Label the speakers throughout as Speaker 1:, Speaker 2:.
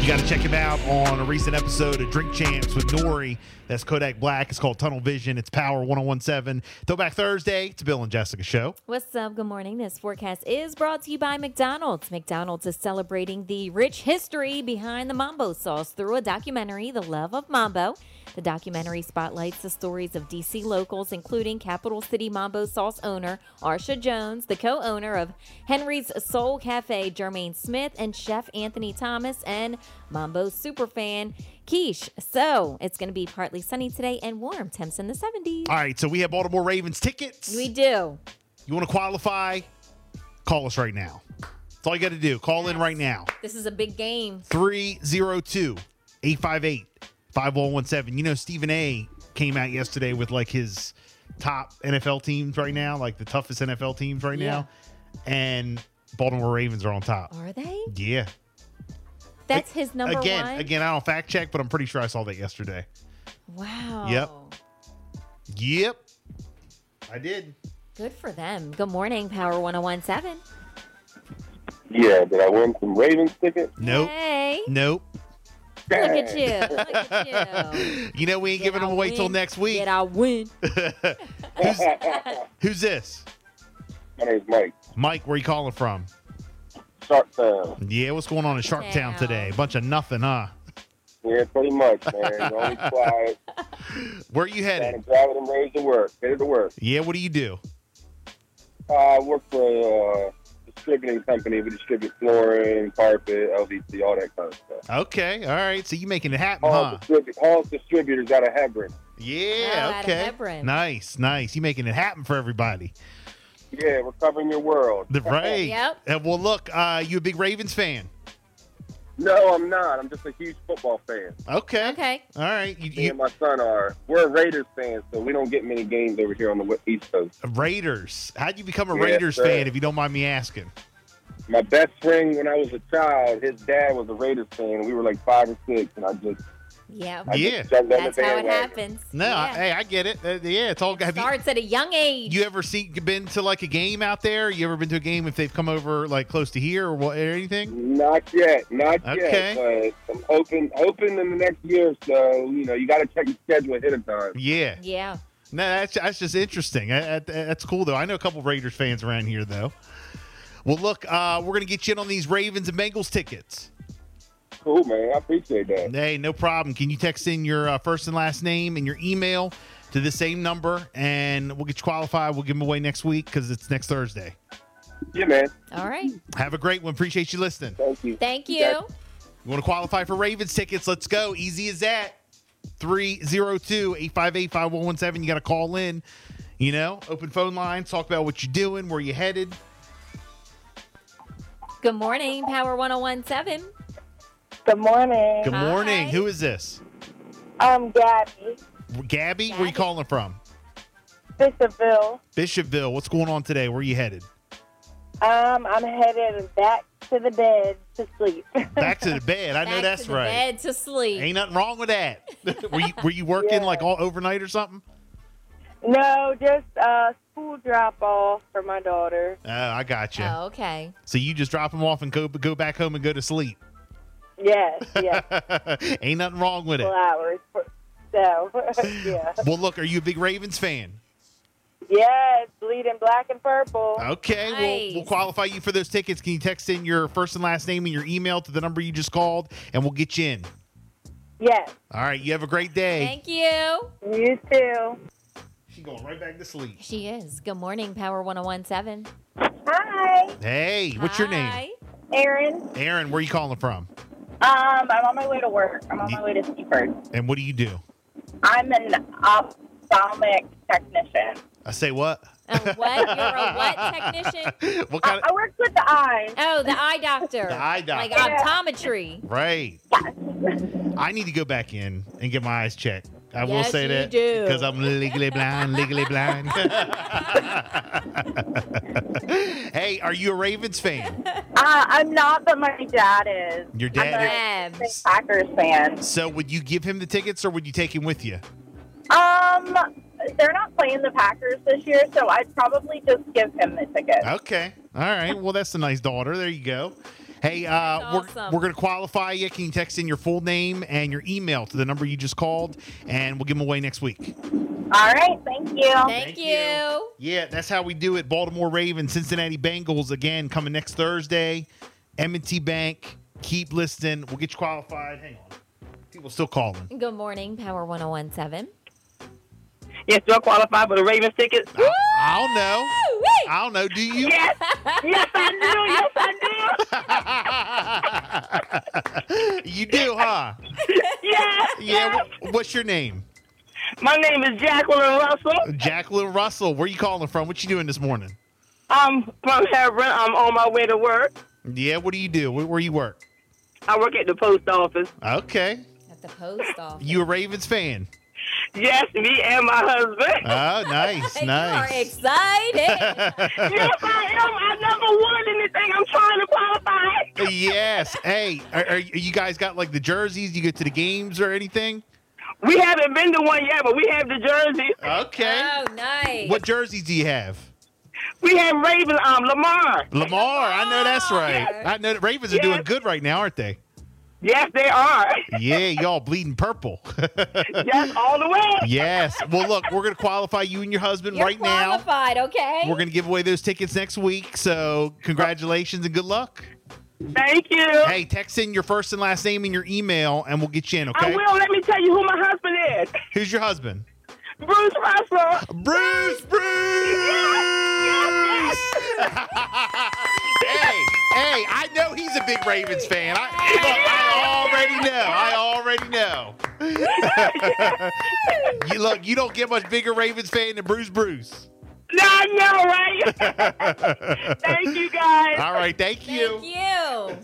Speaker 1: You got to check him out on a recent episode of Drink Champs with Nori. That's Kodak Black. It's called Tunnel Vision. It's Power 1017. Throwback Thursday. It's Bill and Jessica show.
Speaker 2: What's up? Good morning. This forecast is brought to you by McDonald's. McDonald's is celebrating the rich history behind the Mambo sauce through a documentary, The Love of Mambo. The documentary spotlights the stories of DC locals, including Capital City Mambo Sauce owner Arsha Jones, the co owner of Henry's Soul Cafe, Jermaine Smith, and Chef Anthony Thomas, and Mambo superfan Keish. So it's going to be partly sunny today and warm, temps in the 70s.
Speaker 1: All right, so we have Baltimore Ravens tickets.
Speaker 2: We do.
Speaker 1: You want to qualify? Call us right now. That's all you got to do. Call in right now.
Speaker 2: This is a big game.
Speaker 1: 302 858 5117. You know, Stephen A came out yesterday with like his top NFL teams right now, like the toughest NFL teams right now. And Baltimore Ravens are on top.
Speaker 2: Are they?
Speaker 1: Yeah.
Speaker 2: That's his number
Speaker 1: again,
Speaker 2: one.
Speaker 1: again, I don't fact check, but I'm pretty sure I saw that yesterday.
Speaker 2: Wow.
Speaker 1: Yep. Yep. I did.
Speaker 2: Good for them. Good morning, Power 1017.
Speaker 3: Yeah, did I win some Ravens tickets?
Speaker 1: Nope.
Speaker 2: Hey.
Speaker 1: Nope.
Speaker 2: Look at you. Look at you.
Speaker 1: You know, we ain't giving
Speaker 2: I
Speaker 1: them away till
Speaker 2: win?
Speaker 1: next week.
Speaker 2: Did I win?
Speaker 1: Who's, who's this?
Speaker 3: My name's Mike.
Speaker 1: Mike, where you calling from?
Speaker 3: Shark Town.
Speaker 1: Yeah, what's going on in Shark Town
Speaker 2: Town.
Speaker 1: today? Bunch of nothing, huh?
Speaker 3: Yeah, pretty much, man. Always quiet.
Speaker 1: Where you
Speaker 3: Trying
Speaker 1: headed?
Speaker 3: to drive them raise to work. Headed to work. Uh,
Speaker 1: Yeah, what do you do?
Speaker 3: I work for a distributing company. We distribute flooring, carpet, LVT, all that kind of stuff.
Speaker 1: Okay, all right. So you making it happen,
Speaker 3: All,
Speaker 1: huh?
Speaker 3: distribu- all distributors out of Hebron.
Speaker 2: Wow,
Speaker 1: Yeah,
Speaker 2: out of
Speaker 1: okay.
Speaker 2: Hebron.
Speaker 1: Nice, nice. You making it happen for everybody.
Speaker 3: Yeah, we're covering your world.
Speaker 1: The right.
Speaker 2: Yep.
Speaker 1: And well, look, uh, you a big Ravens fan.
Speaker 3: No, I'm not. I'm just a huge football fan.
Speaker 1: Okay.
Speaker 2: Okay.
Speaker 1: All right. You,
Speaker 3: Me and
Speaker 1: you,
Speaker 3: my son are. We're Raiders fans, so we don't get many games over here on the East Coast.
Speaker 1: Raiders. How'd you become a
Speaker 3: Yes,
Speaker 1: Raiders
Speaker 3: sir.
Speaker 1: fan, if you don't mind me asking?
Speaker 3: my best friend when I was a child, his dad was a Raiders fan. and We were like five or six, and I just,
Speaker 2: Yep.
Speaker 3: I
Speaker 1: Yeah.
Speaker 3: just jumped on the
Speaker 2: That's how it
Speaker 3: bandwagon.
Speaker 2: happens.
Speaker 1: No, I-
Speaker 2: yeah.
Speaker 1: hey, I get it. Uh, yeah, it's all. Have you,
Speaker 2: starts at a young age.
Speaker 1: you ever seen been to like a game out there? You ever been to a game if they've come over like close to here or what or anything?
Speaker 3: Not yet, not
Speaker 1: Okay.
Speaker 3: yet. But I'm hoping, hoping in the next year or so. You know, you got to check your schedule ahead of time.
Speaker 1: Yeah,
Speaker 2: yeah.
Speaker 1: no, that's that's just interesting. I, I, that's cool though. I know a couple Raiders fans around here though. Well, look, uh, we're gonna get you in on these Ravens and Bengals tickets.
Speaker 3: Cool, man. I appreciate that.
Speaker 1: Hey, no problem. Can you text in your uh, first and last name and your email to the same number, and we'll get you qualified. We'll give them away next week because it's next Thursday.
Speaker 3: Yeah, man.
Speaker 2: All right.
Speaker 1: Have a great one. Appreciate you listening.
Speaker 3: Thank you.
Speaker 2: Thank you.
Speaker 3: guys
Speaker 1: You want to qualify for Ravens tickets? Let's go. Easy as that. 302 858 5117. You got to call in. You know, open phone lines, talk about what you're doing, where you headed.
Speaker 2: Good morning, Power 1017.
Speaker 4: Good morning.
Speaker 1: Good
Speaker 2: Hi.
Speaker 1: morning. Who is this?
Speaker 4: I'm Gabby,
Speaker 1: Gabby? Where you
Speaker 2: Gabby.
Speaker 1: calling from?
Speaker 4: Bishopville.
Speaker 1: Bishopville. What's going on today? Where you headed?
Speaker 4: Um, I'm headed back to the bed to sleep.
Speaker 1: Back to the bed. I know
Speaker 2: Back
Speaker 1: that's
Speaker 2: to the
Speaker 1: right.
Speaker 2: Bed to sleep.
Speaker 1: Ain't nothing wrong with that. were you were you working
Speaker 4: Yeah.
Speaker 1: like all overnight or something?
Speaker 4: no, just uh, school drop off for my daughter.
Speaker 1: Oh, I got you.
Speaker 2: Oh, okay.
Speaker 1: So you just drop them off and go go back home and go to sleep.
Speaker 4: Yes, yes,
Speaker 1: Ain't nothing wrong with it.
Speaker 4: couple hours. For, so, yeah.
Speaker 1: Well, look, are you a big Ravens fan?
Speaker 4: Yes, bleeding black and purple.
Speaker 1: Okay, we'll, we'll
Speaker 2: Nice.
Speaker 1: qualify you for those tickets. Can you text in your first and last name and your email to the number you just called, and we'll get you in.
Speaker 4: Yes,
Speaker 1: All right, you have a great day.
Speaker 2: Thank you.
Speaker 4: you too.
Speaker 1: She's going right back to sleep.
Speaker 2: She is. Good morning, Power 1017.
Speaker 4: Hi,
Speaker 1: Hey, what's your name?
Speaker 2: Hi.
Speaker 4: Erin.
Speaker 1: Aaron, where are you calling from?
Speaker 4: Um, I'm on my way to work. I'm on
Speaker 1: my
Speaker 4: way to Seaford.
Speaker 1: And what do you do?
Speaker 4: I'm an ophthalmic technician.
Speaker 1: I say what?
Speaker 2: A what? You're a what technician?
Speaker 1: what kind of?
Speaker 4: work with the eyes.
Speaker 2: Oh, the eye doctor.
Speaker 1: The eye doctor.
Speaker 2: Like optometry.
Speaker 1: Right.
Speaker 4: Yes.
Speaker 1: I need to go back in and get my eyes checked. I will
Speaker 2: Yes,
Speaker 1: say
Speaker 2: you
Speaker 1: that
Speaker 2: do.
Speaker 1: because I'm legally blind, legally blind. hey, are you a Ravens fan?
Speaker 4: Uh, I'm not, but my dad is.
Speaker 1: Your dad
Speaker 4: I'm a
Speaker 2: Damn.
Speaker 4: big Packers fan.
Speaker 1: So would you give him the tickets or would you take him with you?
Speaker 4: Um, they're not playing the Packers this year, so I'd probably just give him the ticket.
Speaker 1: Okay. All right. Well, that's a nice daughter. There you go. Hey, uh,
Speaker 2: That's
Speaker 1: we're,
Speaker 2: awesome.
Speaker 1: we're going to qualify you. Can you text in your full name and your email to the number you just called, and we'll give them away next week.
Speaker 4: All right, thank you.
Speaker 2: Thank,
Speaker 1: Thank
Speaker 2: you.
Speaker 1: you. Yeah, that's how we do it. Baltimore Ravens, Cincinnati Bengals again coming next Thursday. M&T Bank, keep listening. We'll get you qualified. Hang on. People still calling.
Speaker 2: Good morning, Power 1017.
Speaker 5: Yes, do I qualify for the Ravens tickets?
Speaker 1: I, I don't know.
Speaker 2: Woo-wee!
Speaker 1: I don't know. Do Uh,
Speaker 5: Yes, yes I do, yes I
Speaker 1: you? you do, huh?
Speaker 5: do, yes,
Speaker 1: Yeah.
Speaker 5: yes.
Speaker 1: wh- What's your name?
Speaker 5: My name is Jacqueline Russell.
Speaker 1: Jacqueline Russell, where you calling from? What you doing this morning?
Speaker 5: I'm from Hebron. I'm on my way to work.
Speaker 1: Yeah, what do you do? Where, where you work?
Speaker 5: I work at the post office.
Speaker 1: Okay.
Speaker 2: At the post office.
Speaker 1: You a Ravens fan?
Speaker 5: Yes, me and my husband.
Speaker 1: Oh, nice,
Speaker 2: You are
Speaker 1: nice.
Speaker 2: excited.
Speaker 5: yes, I am. I never won anything. I'm trying to qualify.
Speaker 1: yes. Hey, are, are you guys got like the jerseys? You get to the games or anything?
Speaker 5: We haven't been to one yet, but we have the jerseys.
Speaker 1: Okay.
Speaker 2: oh, nice.
Speaker 1: What jerseys do you have?
Speaker 5: We have Raven, um, Lamar.
Speaker 1: Lamar. I know that's right.
Speaker 2: Lamar.
Speaker 1: I know the Ravens are
Speaker 5: Yes.
Speaker 1: doing good right now, aren't they?
Speaker 5: Yes, they are.
Speaker 1: Yeah, y'all bleeding purple.
Speaker 5: yes, all the way.
Speaker 1: yes. Well, look, we're gonna qualify you and your husband
Speaker 2: You're
Speaker 1: right now.
Speaker 2: qualified, okay?
Speaker 1: We're going to give away those tickets next week. So, congratulations and good luck.
Speaker 5: Thank you.
Speaker 1: Hey, text in your first and last name in your email and we'll get you in,
Speaker 5: I
Speaker 1: okay?
Speaker 5: will. Let me tell you who my husband is.
Speaker 1: Who's your husband?
Speaker 5: Bruce Russell.
Speaker 1: Bruce! Bruce! hey, hey, I know he's a big Ravens fan. I, look, I already know. I already know. you, look, you don't get much bigger Ravens fan than Bruce Bruce.
Speaker 5: No, I know, right?
Speaker 1: All
Speaker 5: Thank you, guys.
Speaker 1: right, thank you.
Speaker 2: Thank you. Oh,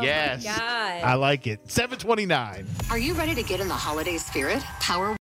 Speaker 1: yes.
Speaker 2: my God.
Speaker 1: I like it. 729.
Speaker 6: Are you ready to get in the holiday spirit? Power